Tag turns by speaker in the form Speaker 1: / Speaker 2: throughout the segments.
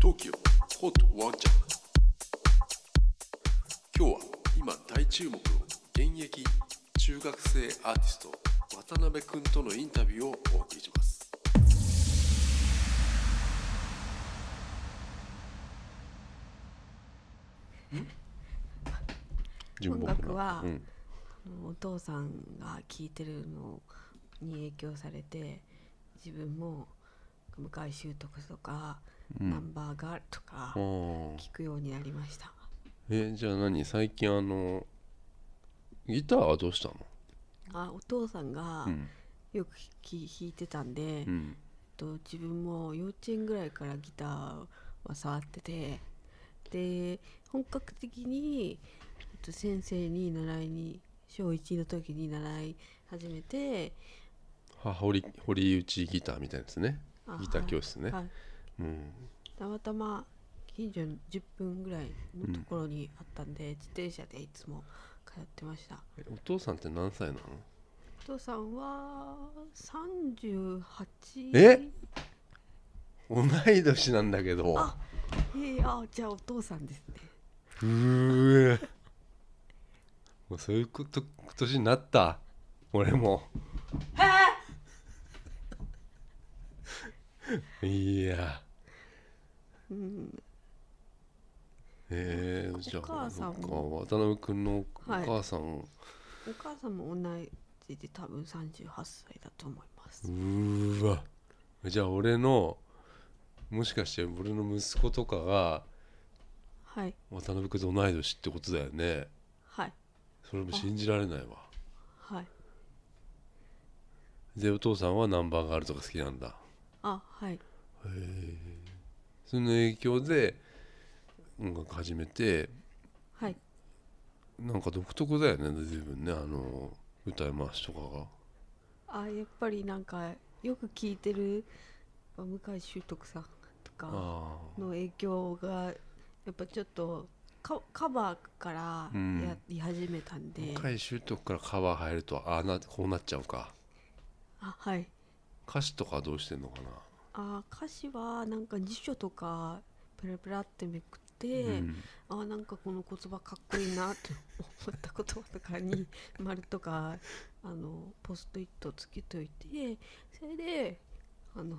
Speaker 1: TOKIO HOT ワンチャン今日は今大注目の現役中学生アーティスト渡辺君とのインタビューをお送りします
Speaker 2: 音楽は、
Speaker 1: うん
Speaker 2: あのお父さんが聴いてるのに影響されて自分も向井秀徳とか、ナンバーガールとか
Speaker 3: あー
Speaker 2: 聴くようになりました
Speaker 3: えじゃあ何最近あのギターはどうしたの
Speaker 2: あお父さんが
Speaker 3: うん
Speaker 2: よくき弾いてたんで、え
Speaker 3: う
Speaker 2: っ
Speaker 3: ん
Speaker 2: と、自分も幼稚園ぐらいからギターは触っててで本格的にえっと先生に習いに小1の時に習い始めて
Speaker 3: は堀堀内ギターみたいなやつね
Speaker 2: あ
Speaker 3: ギター教室ね、
Speaker 2: はい
Speaker 3: うん
Speaker 2: たまたま近所に10分ぐらいのところにあったんで、自転車でいつも通ってました
Speaker 3: えお父さんって何歳なの
Speaker 2: お父さんは38
Speaker 3: え同い年なんだけど
Speaker 2: あえー、あじゃあお父さんですね
Speaker 3: うーえもうそういうこと年になった俺もいや
Speaker 2: うん
Speaker 3: えー、じゃあ
Speaker 2: お母さん
Speaker 3: そっか
Speaker 2: も
Speaker 3: 渡辺君のお
Speaker 2: はい
Speaker 3: 母さん、
Speaker 2: お母さんも同じで多分38歳だと思います
Speaker 3: うーわじゃあ俺のもしかして俺の息子とかが
Speaker 2: はい
Speaker 3: 渡辺君と同い年ってことだよね
Speaker 2: はい
Speaker 3: それも信じられないわ
Speaker 2: はい
Speaker 3: でお父さんはナンバーガールとか好きなんだ
Speaker 2: あはい
Speaker 3: へえその影響で音楽始めて
Speaker 2: はい
Speaker 3: なんか独特だよね随分ねあの歌い回しとかが
Speaker 2: あやっぱりなんかよく聞いてるまあ向井秀徳さんとか
Speaker 3: あ
Speaker 2: の影響がやっぱちょっとカカバーから
Speaker 3: うん
Speaker 2: やり始めたんで、
Speaker 3: あ回習得からカバー入るとああなこうなっちゃうか
Speaker 2: あはい
Speaker 3: 歌詞とかどうしてんのかな
Speaker 2: あ歌詞はなんか辞書とかペラペラってめくって、
Speaker 3: うん
Speaker 2: あなんかこの言葉かっこいいなって思った言葉と かに丸とかあのポストイットつけといてそれであの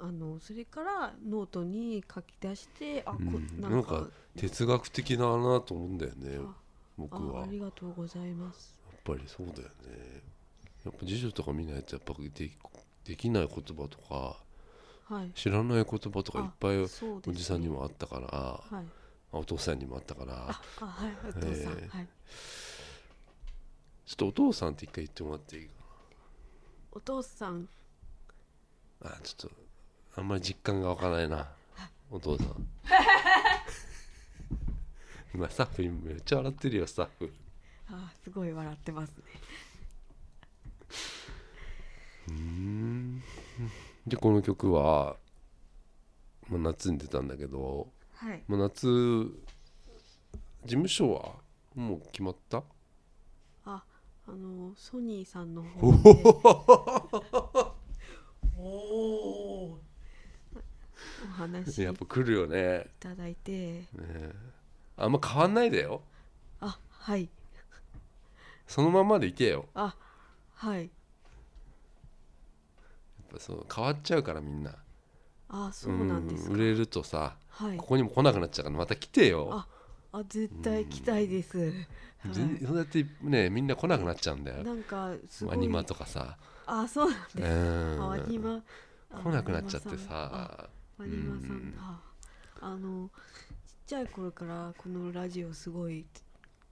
Speaker 2: あのそれからノートに書き出してあこ
Speaker 3: うん
Speaker 2: な
Speaker 3: なんん
Speaker 2: か
Speaker 3: か哲学的だなと思うんだよね
Speaker 2: あ
Speaker 3: 僕
Speaker 2: あ
Speaker 3: は
Speaker 2: あ
Speaker 3: やっ
Speaker 2: りがとうございます
Speaker 3: ぱりそうだよねやっぱ辞書とか見ないとやっぱりできできない言葉とか
Speaker 2: はい
Speaker 3: 知らない言葉とかいっぱい
Speaker 2: あ
Speaker 3: お
Speaker 2: そうですね
Speaker 3: じさんにもあったから、
Speaker 2: はい
Speaker 3: あお父さんにもあったから
Speaker 2: ああはいお父さん、
Speaker 3: えー
Speaker 2: はい
Speaker 3: ちょっとお父さんって一回言ってもらっていいか
Speaker 2: お父さん
Speaker 3: なあちょっとあんまり実感が湧かないなお父さ ん今スタッフ今めっちゃ笑ってるよスタッフ
Speaker 2: あすごい笑ってますね
Speaker 3: でこの曲は、まあ、夏に出たんだけど
Speaker 2: はい
Speaker 3: まあ、夏事務所はもう決まった
Speaker 2: ああのソニーさんの方で お話し
Speaker 3: やっ
Speaker 2: い
Speaker 3: ぱ来るよね
Speaker 2: ただいて
Speaker 3: ねあんま変わんないでよ
Speaker 2: あはい
Speaker 3: そのままでいけよ
Speaker 2: あはい
Speaker 3: やっぱそう変わっちゃうからみんな
Speaker 2: あそうなんですか、
Speaker 3: 売れるとさ
Speaker 2: はい
Speaker 3: ここにも来なくなっちゃうからまた来てよ
Speaker 2: ああ絶対行きたいです、
Speaker 3: 全
Speaker 2: は
Speaker 3: そうやってねみんな来なくなっちゃうんだ
Speaker 2: い、
Speaker 3: よ
Speaker 2: なんかすごい
Speaker 3: アニマとかさ
Speaker 2: あそうなん
Speaker 3: う
Speaker 2: です、あアニ
Speaker 3: ん
Speaker 2: マ
Speaker 3: 来なくなっちゃって
Speaker 2: あ
Speaker 3: さ
Speaker 2: マリマさ
Speaker 3: うんん
Speaker 2: だあのちっちゃい頃からこのラジオすごい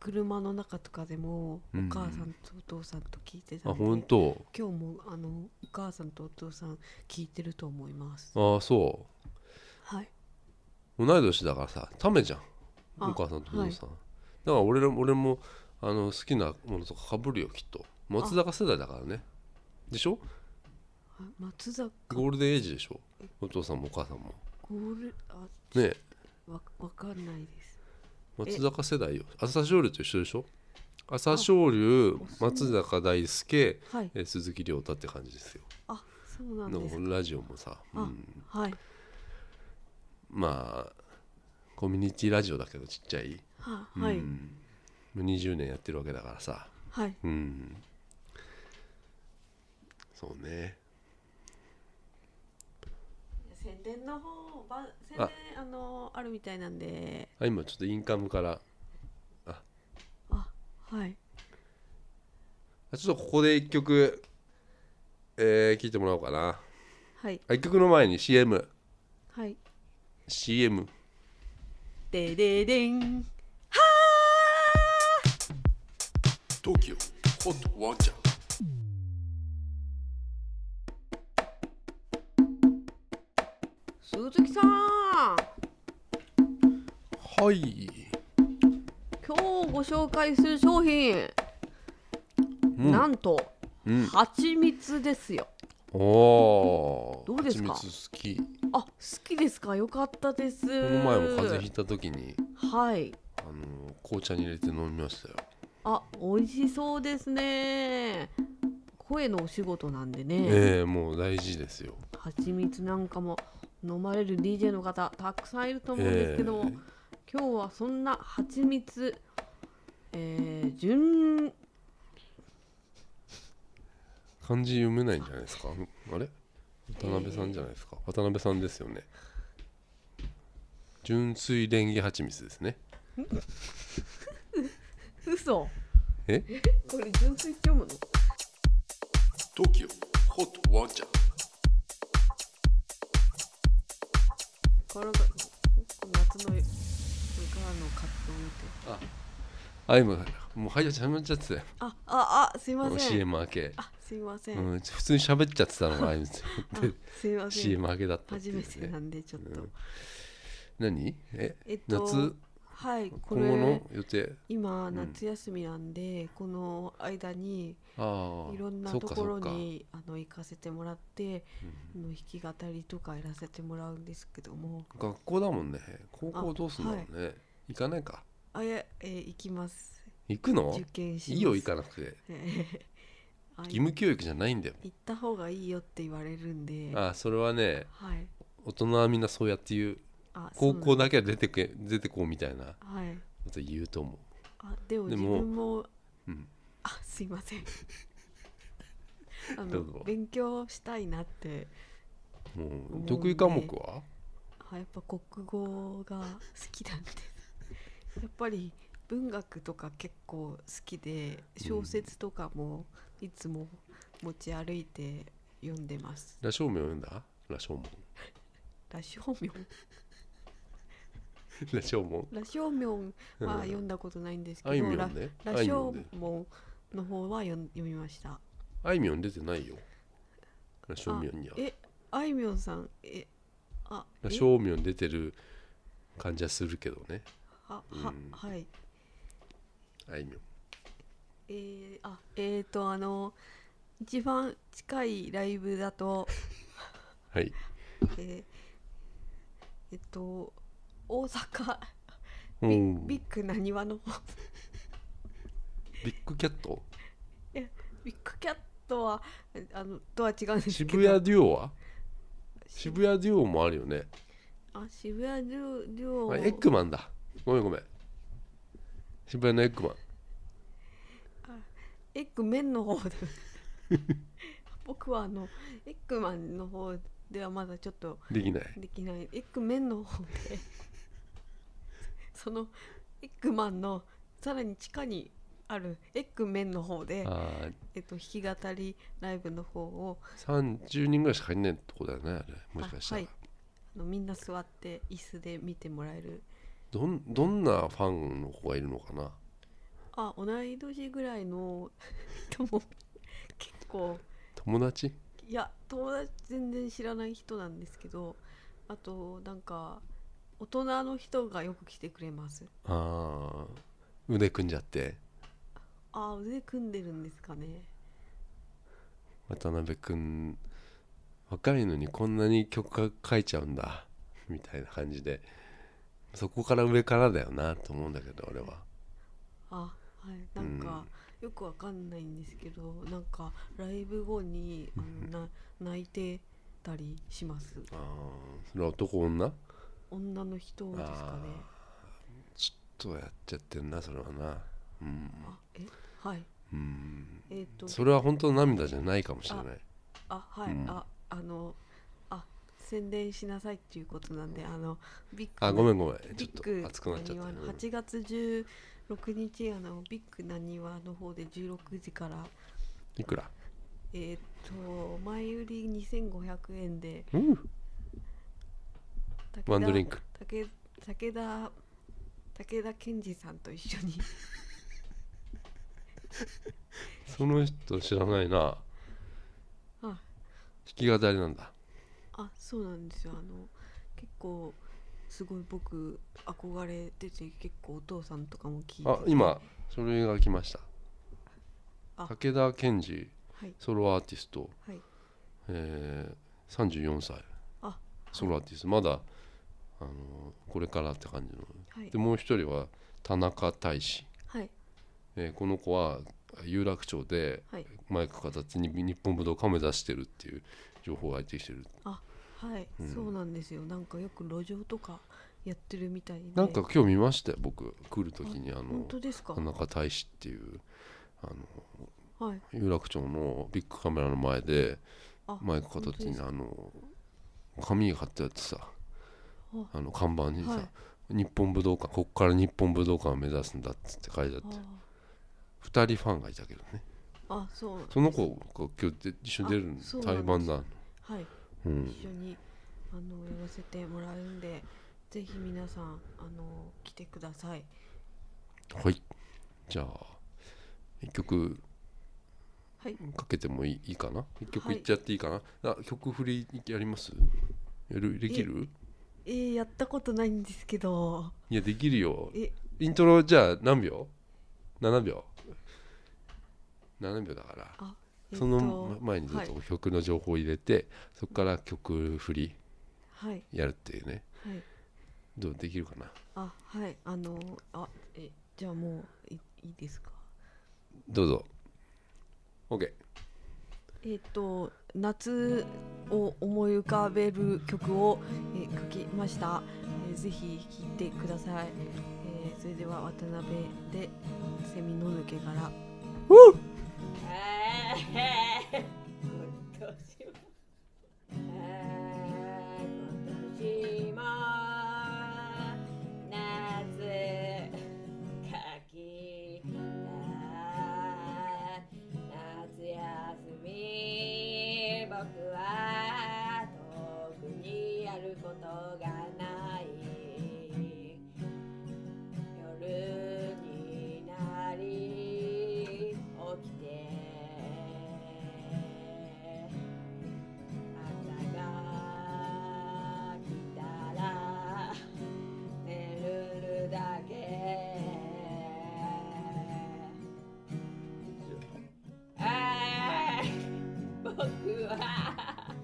Speaker 2: 車の中とかでもお
Speaker 3: うん
Speaker 2: 母さんとお父さんと聞いてた
Speaker 3: あ
Speaker 2: ので、
Speaker 3: 本当
Speaker 2: 今日もあのお母さんとお父さん聞いてると思います
Speaker 3: ああそ
Speaker 2: はい、
Speaker 3: う同い年だからさタメじゃん
Speaker 2: あ
Speaker 3: お母さんとお父さん、だから俺ら俺もあの好きなものとかかぶるよきっと松坂世代だからねでしょ
Speaker 2: あ松坂
Speaker 3: ゴールデンエイジでしょお父さんもお母さんも
Speaker 2: ゴールあ
Speaker 3: ねえ
Speaker 2: わわかんないです
Speaker 3: 松坂世代よ浅田勝利と一緒でしょ朝青龍
Speaker 2: あそう
Speaker 3: 松坂大輔
Speaker 2: はい
Speaker 3: えー鈴木亮太って感じですよ
Speaker 2: あそうなん
Speaker 3: の
Speaker 2: です
Speaker 3: ラジオもさ、う
Speaker 2: あ
Speaker 3: ん、
Speaker 2: はい
Speaker 3: まあコミュニティラジオだけどちっちゃい、
Speaker 2: ははい、
Speaker 3: うん、20年やってるわけだからさ、
Speaker 2: はい
Speaker 3: うん、そうね
Speaker 2: 宣伝の方ば宣伝
Speaker 3: あ
Speaker 2: あのあるみたいなんで
Speaker 3: あ今ちょっとインカムから
Speaker 2: あはい
Speaker 3: あちょっとここで一曲、えー、聞いてもらおうかな
Speaker 2: はい
Speaker 3: あ一曲の前に CMCM
Speaker 2: はいでででんは
Speaker 1: 東京ホットワンちゃん
Speaker 2: 鈴木さん
Speaker 3: はい
Speaker 2: 今日ご紹介する商品、
Speaker 3: うん
Speaker 2: なんと
Speaker 3: うん
Speaker 2: 蜂蜜ですよ
Speaker 3: おー
Speaker 2: どうですか
Speaker 3: 蜂蜜好きこ
Speaker 2: あ好きですかよかったですこ
Speaker 3: の前も風邪ひいた時に
Speaker 2: はい
Speaker 3: あのー紅茶に入れて飲みましたよ
Speaker 2: あ美味しそうですね声のお仕事なんでね
Speaker 3: ええもう大事ですよ
Speaker 2: 蜂蜜なんかも飲まれる DJ の方たくさんいると思うんですけども、
Speaker 3: え
Speaker 2: 今日はそんな蜂蜜えー、純
Speaker 3: 漢字読めないんじゃないですかあれ渡辺さんじゃないですか、渡辺さんですよね純粋レンゲ蜂蜜ですね
Speaker 2: 嘘
Speaker 3: え
Speaker 2: これ純粋って読むの
Speaker 1: 東京ホットワンちゃん
Speaker 2: この夏のこれからの活動を見て
Speaker 3: あ今もうはい始まっちゃってたよ
Speaker 2: あああすいません
Speaker 3: CM 明け、
Speaker 2: あすいません、
Speaker 3: うん、普通に喋っちゃってたのがあいみつ
Speaker 2: あ
Speaker 3: です
Speaker 2: いません
Speaker 3: CM 明けだったってい
Speaker 2: 初
Speaker 3: う、
Speaker 2: め
Speaker 3: ね、
Speaker 2: てなんでちょっと、
Speaker 3: うん何え
Speaker 2: えっと
Speaker 3: 夏
Speaker 2: はいこ
Speaker 3: 今後
Speaker 2: れ
Speaker 3: の予定
Speaker 2: 今
Speaker 3: ん
Speaker 2: 夏休みなんで、この間に
Speaker 3: ああ
Speaker 2: いろんな
Speaker 3: そ
Speaker 2: と
Speaker 3: っか
Speaker 2: こ
Speaker 3: そ
Speaker 2: ろ
Speaker 3: っか
Speaker 2: にあの行かせてもらって、あの弾き語りとかやらせてもらうんですけども
Speaker 3: 学校だもんね高校どうすんだろうね、行かないか
Speaker 2: あいや、えー行きます
Speaker 3: 行くの
Speaker 2: 受験します
Speaker 3: いいよ行かなくて
Speaker 2: あ
Speaker 3: 義務教育じゃないんだよ
Speaker 2: 行った方がいいよって言われるんで
Speaker 3: ああそれはね
Speaker 2: はい
Speaker 3: 大人はみんなそうやって言う
Speaker 2: あそう
Speaker 3: 高
Speaker 2: なん
Speaker 3: 校だけは出てけ出てこうみたいなこ
Speaker 2: はい
Speaker 3: と言うと思
Speaker 2: あでも
Speaker 3: で
Speaker 2: 自
Speaker 3: も
Speaker 2: 分も
Speaker 3: う、うん、
Speaker 2: あすいません あ
Speaker 3: ど
Speaker 2: の
Speaker 3: うぞ
Speaker 2: 勉強したいなって
Speaker 3: も
Speaker 2: 思う
Speaker 3: うん得意科目は
Speaker 2: あやっぱ国語が好きなんで やっぱり文学とか結構好きで小説とかもいつも持ち歩いて読んでます。
Speaker 3: 羅生門読んだ羅生門
Speaker 2: 羅生門
Speaker 3: 羅生門
Speaker 2: 羅生門は読んだことないんですけ
Speaker 3: あい
Speaker 2: ど、
Speaker 3: みょ
Speaker 2: ら
Speaker 3: んね
Speaker 2: 羅
Speaker 3: あいみ
Speaker 2: 生
Speaker 3: ょんね
Speaker 2: 門の方は読ん読みました。
Speaker 3: あいみょん出てないよ羅生門には
Speaker 2: あえあいみょんさんえあえ
Speaker 3: 羅生門出てる感じはするけどね
Speaker 2: あ
Speaker 3: う
Speaker 2: は
Speaker 3: ん
Speaker 2: はい
Speaker 3: あいみょん
Speaker 2: えー、あえー、とあの一番近いライブだと
Speaker 3: はい
Speaker 2: えーえっと大阪
Speaker 3: お
Speaker 2: ビ
Speaker 3: ー
Speaker 2: ビッグな庭の方
Speaker 3: ビッグキャット
Speaker 2: ビッグキャットはあのとは違うんですけど
Speaker 3: 渋谷デュオは渋谷デュオもあるよね
Speaker 2: あ渋谷デュデュオ
Speaker 3: あエッグマンだごめんごめん渋谷のエッグマン
Speaker 2: エッグメンの方で 僕はあのエッグマンの方ではまだちょっと
Speaker 3: できない
Speaker 2: できないエッグメンの方で そのエッグマンのさらに地下にあるエッグメンの方で、
Speaker 3: あー
Speaker 2: えっと、弾き語りライブの方を
Speaker 3: 30人ぐらいしか入んないとこだよねあれもしかしたら、
Speaker 2: あはいあのみんな座って椅子で見てもらえる
Speaker 3: どんどんなファンの子がいるのかな
Speaker 2: あ同い年ぐらいの人も 結構
Speaker 3: 友達
Speaker 2: いや友達全然知らない人なんですけどあとなんか大人の人がよく来てくれます
Speaker 3: ああ腕組んじゃって
Speaker 2: あ腕組んでるんですかね
Speaker 3: 渡辺君若いのにこんなに曲が書いちゃうんだみたいな感じでそこから上からだよなと思うんだけど俺は
Speaker 2: あはい、なんか、よくわかんないんですけどなんかライブ後にあの な泣いてたりします
Speaker 3: ああそれは男女
Speaker 2: 女の人ですかね
Speaker 3: ちょっとやっちゃってんなそれはなうん
Speaker 2: あえはい
Speaker 3: うん
Speaker 2: えっ、と
Speaker 3: それは本当の涙じゃないかもしれない
Speaker 2: あはい、
Speaker 3: うん
Speaker 2: ああのあ宣伝しなさいっていうことなんであのビッグ
Speaker 3: あごめんごめんちょっ
Speaker 2: ビッ
Speaker 3: と
Speaker 2: グ
Speaker 3: 熱くなっちゃった、
Speaker 2: なにわ
Speaker 3: うん
Speaker 2: の8月16日あのビッグなにわの方で16時から
Speaker 3: いくら
Speaker 2: えっ、と前売り2500円で
Speaker 3: うん
Speaker 2: 武田
Speaker 3: ワンドリンク
Speaker 2: 武武田武田健二さんと一緒に
Speaker 3: その人知らないな
Speaker 2: あ
Speaker 3: 弾き語りなんだ
Speaker 2: あそうなんですよあの結構すごい僕憧れてて結構お父さんとかも聞いてて
Speaker 3: あ今書類が来ました
Speaker 2: あ
Speaker 3: 武田健二
Speaker 2: はい
Speaker 3: ソロアーティスト、
Speaker 2: はい
Speaker 3: えー、34歳
Speaker 2: あ
Speaker 3: ソロアーティストまだあのこれからって感じの
Speaker 2: はい
Speaker 3: でもう一人は田中大志、
Speaker 2: はい
Speaker 3: えーこの子は有楽町で
Speaker 2: はい
Speaker 3: マイク片手に日本武道館を目指してるっていう情報が入ってきてる
Speaker 2: はい、
Speaker 3: うん
Speaker 2: そうなんですよなんかよく路上とかやってるみたいで
Speaker 3: なんか今日見ましたよ僕来る時にあ
Speaker 2: 本
Speaker 3: の
Speaker 2: 当ですか
Speaker 3: 田中大志っていうあの
Speaker 2: はい
Speaker 3: 有楽町のビッグカメラの前で
Speaker 2: あ
Speaker 3: マイク片手
Speaker 2: 本当で
Speaker 3: に
Speaker 2: す
Speaker 3: あの紙が貼ってあってさあの看板にさ、
Speaker 2: はい
Speaker 3: 日本武道館ここから日本武道館を目指すんだ」っつって書いてあって2人ファンがいたけどね
Speaker 2: ああそう
Speaker 3: その子が今日で一緒に出る
Speaker 2: あそうなん
Speaker 3: 対
Speaker 2: です
Speaker 3: バンだ
Speaker 2: はい、
Speaker 3: うん
Speaker 2: 一緒にあのやらせてもらうんでぜひ皆さんあの来てください
Speaker 3: はいじゃあ一曲
Speaker 2: はい
Speaker 3: かけてもいいいいかな一曲
Speaker 2: はい
Speaker 3: いっちゃっていいかな、あ曲振りやりますやるできる
Speaker 2: えー、やったことないんですけど
Speaker 3: いやできるよ
Speaker 2: え
Speaker 3: イントロじゃあ何秒 ?7 秒7秒だから
Speaker 2: あえっ
Speaker 3: その前にず
Speaker 2: は
Speaker 3: っ
Speaker 2: い
Speaker 3: と曲の情報を入れて、そこから曲振り
Speaker 2: はい
Speaker 3: やるっていうね
Speaker 2: はい
Speaker 3: どうできるかな
Speaker 2: あはいあのあえじゃあもういいいですか
Speaker 3: どうぞ OK
Speaker 2: えっ、と夏を思い浮かべる曲を、えー書きました、えーぜひ聴いてください、えーそれでは渡辺で「セミの抜け殻」
Speaker 4: 今年も夏かきだ夏休み僕は特にやることがない夜になり起きて朝が来たら寝るだけああ僕は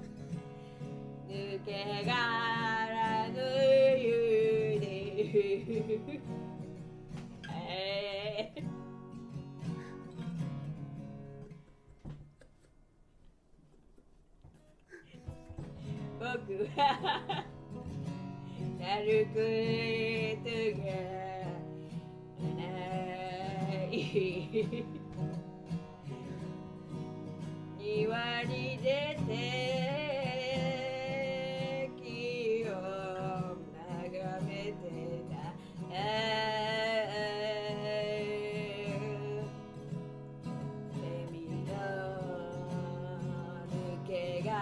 Speaker 4: 抜け殻の湯でええ僕は歩く人がない 庭に出て木を眺めてた 「セミの抜け殻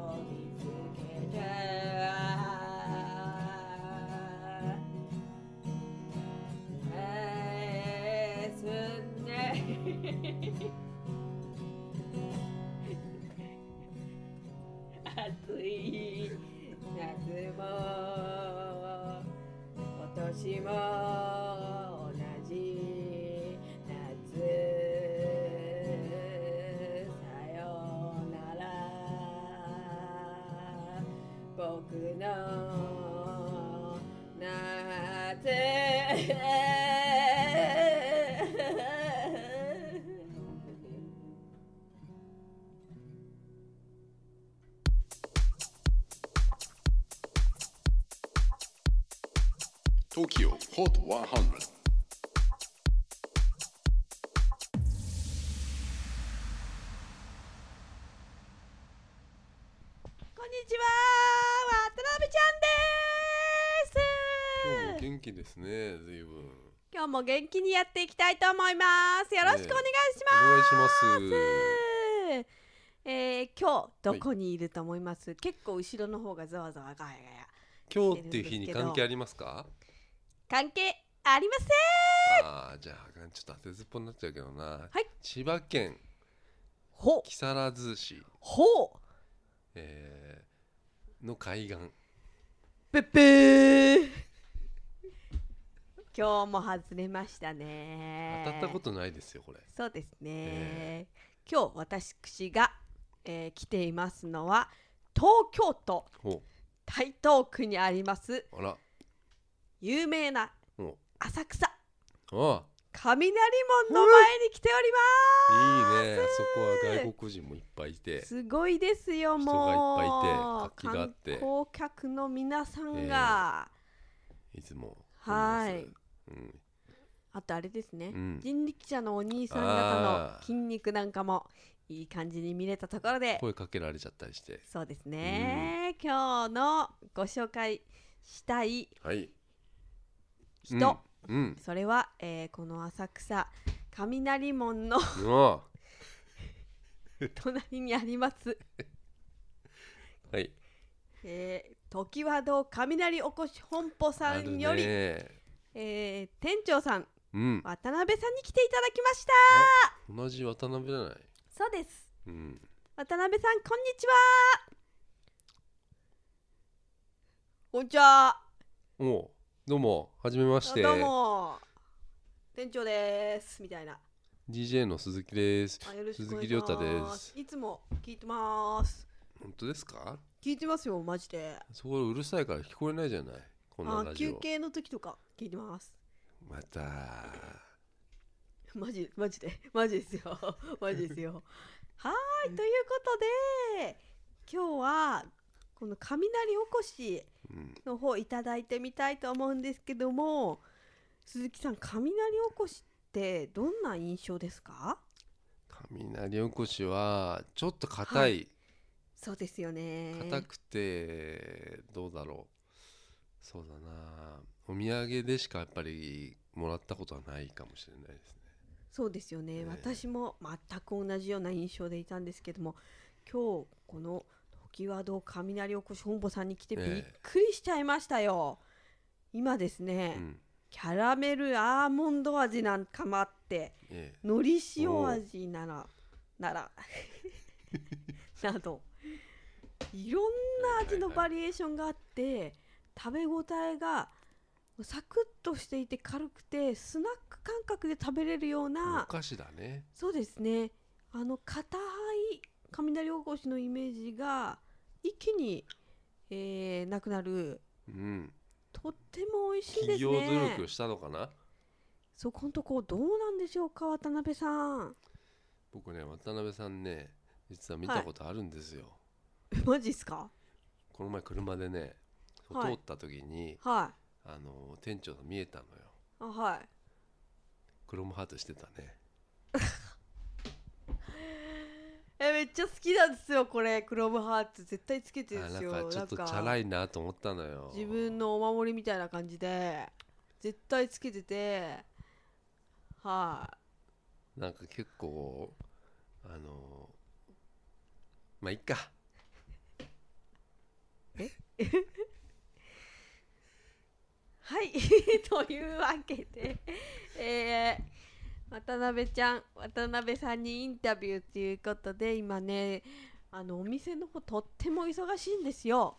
Speaker 4: を見つけた」「えすんで」「暑い夏も」今年も同じ夏さようなら僕の夏
Speaker 5: TOKYO HOT 100
Speaker 2: こんにちは渡辺ちゃん
Speaker 3: 今日も
Speaker 2: です
Speaker 3: 元気ですね随分
Speaker 2: 今日も元気にやっていきたいと思いますよろしくお願いし
Speaker 3: お願いします
Speaker 2: ます、えー今日どこにいると思います、結構後ろの方がざわざわガヤガヤ
Speaker 3: 今日っていう日に関係ありますか
Speaker 2: 関係ありません
Speaker 3: ああじゃあちょっと当てずっぽになっちゃうけどな、
Speaker 2: はい
Speaker 3: 千葉県
Speaker 2: ほ
Speaker 3: 木更津市、
Speaker 2: ほう
Speaker 3: えーの海岸
Speaker 2: ぺっぺ ー今日も外れましたね
Speaker 3: 当たったことないですよこれ
Speaker 2: そうですね、
Speaker 3: え
Speaker 2: 今日私が、えー来ていますのは東京都
Speaker 3: ほ
Speaker 2: 台東区にあります
Speaker 3: うあら
Speaker 2: 有名な
Speaker 3: ほ
Speaker 2: 浅草
Speaker 3: うあ
Speaker 2: 雷門の前に来ております
Speaker 3: あいいねあそこは外国人もいっぱいいて
Speaker 2: すごいですよ
Speaker 3: 人がいっ
Speaker 2: もう
Speaker 3: ぱいいて活気があって
Speaker 2: 観光客の皆さんが、
Speaker 3: いつも
Speaker 2: はい
Speaker 3: うん、
Speaker 2: あとあれですね、
Speaker 3: うん
Speaker 2: 人力車のお兄さん方
Speaker 3: あー
Speaker 2: の筋肉なんかもいい感じに見れたところで
Speaker 3: 声かけられちゃったりして
Speaker 2: そうですね、今日のご紹介したい
Speaker 3: はい
Speaker 2: 人、
Speaker 3: うん、うん
Speaker 2: それは、えーこの浅草雷門 の
Speaker 3: うわ
Speaker 2: 隣にあります、
Speaker 3: はい
Speaker 2: えー、時和堂雷おこし本舗さ
Speaker 3: ある
Speaker 2: んより、
Speaker 3: ね
Speaker 2: えー店長さん
Speaker 3: うん
Speaker 2: 渡辺さんに来ていただきました
Speaker 3: 同じ渡辺じゃない
Speaker 2: そうです
Speaker 3: うん
Speaker 2: 渡辺さんこんにちはこんにちは
Speaker 3: おうどうもはじめまして
Speaker 2: どうも店長ですみたいな
Speaker 3: DJ の鈴木です
Speaker 2: あよろしくお
Speaker 3: 鈴
Speaker 2: 願い
Speaker 3: 木
Speaker 2: し
Speaker 3: 亮太
Speaker 2: ます
Speaker 3: です
Speaker 2: いつも聞いてます
Speaker 3: 本当ですか
Speaker 2: 聞いてますよマジで
Speaker 3: そこうるさいから聞こえないじゃないこんな
Speaker 2: あ
Speaker 3: ラジ
Speaker 2: 休
Speaker 3: オ
Speaker 2: 憩の時とか聞いてます
Speaker 3: また
Speaker 2: マジマジでマジですよ マジですよはーいということで今日はこの雷おこし
Speaker 3: うん
Speaker 2: の方いただいてみたいと思うんですけども鈴木さん雷おこしってどんな印象ですか
Speaker 3: 雷おこしはちょっと硬
Speaker 2: はいそうですよね
Speaker 3: 硬くてどうだろうそうだなお土産でしかやっぱりもらったことはないかもしれないですね
Speaker 2: そうですよね、
Speaker 3: ええ
Speaker 2: 私も全く同じような印象でいたんですけども今日この時和堂雷おこし本舗さんに来て
Speaker 3: え
Speaker 2: び
Speaker 3: え
Speaker 2: っくりしちゃいましたよ、今ですね、
Speaker 3: うん
Speaker 2: キャラメルアーモンド味なんかもあって
Speaker 3: ええ
Speaker 2: のり塩味ならなら などいろんな味のバリエーションがあって、食べ応えがサクッとしていて軽くてスナック感覚で食べれるよう
Speaker 3: お
Speaker 2: な
Speaker 3: 菓子だね
Speaker 2: そうですねあの硬い雷おこしのイメージが一気に、えーなくなる
Speaker 3: うん
Speaker 2: とっても美味しいで
Speaker 3: 企
Speaker 2: す
Speaker 3: 業
Speaker 2: ね
Speaker 3: 努力をしたのかな
Speaker 2: そこのとこどうなんでしょうか渡辺さん
Speaker 3: 僕ね渡辺さんね実は見たことあるんですよ、
Speaker 2: マジっすか
Speaker 3: この前車でね
Speaker 2: は
Speaker 3: 通
Speaker 2: い
Speaker 3: った時に、
Speaker 2: はい
Speaker 3: あの店長が見えたのよ
Speaker 2: あはい
Speaker 3: クロムハートしてたね
Speaker 2: えめっちゃ好きなんですよこれクロムハーツ絶対つけてるん
Speaker 3: あ
Speaker 2: で
Speaker 3: な
Speaker 2: す
Speaker 3: ん
Speaker 2: よ
Speaker 3: かちょっとチ
Speaker 2: なんか
Speaker 3: ャラいなと思ったのよ
Speaker 2: 自分のお守りみたいな感じで絶対つけてては
Speaker 3: なんか結構あのまあいっか
Speaker 2: いはい というわけでえー渡辺ちゃん渡辺さんにインタビューということで今ねあのお店の方とっても忙しいんですよ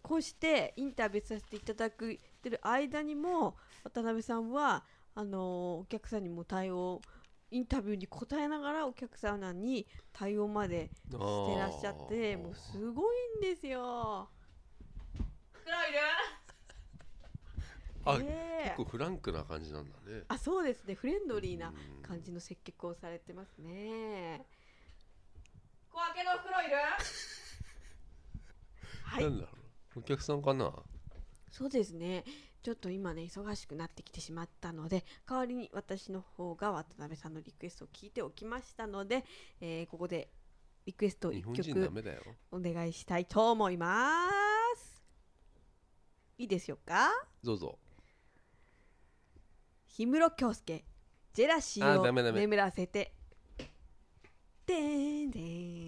Speaker 2: こうしてインタビューさせていただくてる間にも渡辺さんはあのお客さんにも対応インタビューに答えながらお客さんに対応まで
Speaker 3: し
Speaker 2: してらっしゃってもうすごいんですよ。袋いる？
Speaker 3: あ
Speaker 2: ねえ
Speaker 3: 結構フランクな感じなんだね
Speaker 2: あそうですねフレンドリーな
Speaker 3: うん
Speaker 2: 感じの接客をされてますね。小分けの袋い る？はい
Speaker 3: なんだろうお客さんかな
Speaker 2: そうですねちょっと今ね忙しくなってきてしまったので代わりに私の方が渡辺さんのリクエストを聞いておきましたので、えーここでリクエストを
Speaker 3: 日
Speaker 2: 1
Speaker 3: 本人ダ
Speaker 2: 曲
Speaker 3: メだよ
Speaker 2: お願いしたいと思いますいいでしょうか
Speaker 3: どうぞ
Speaker 2: 氷室京介ジェラシ
Speaker 3: あ
Speaker 2: ー
Speaker 3: ーダメダ
Speaker 2: を
Speaker 3: メ
Speaker 2: 眠らせてでーんでーん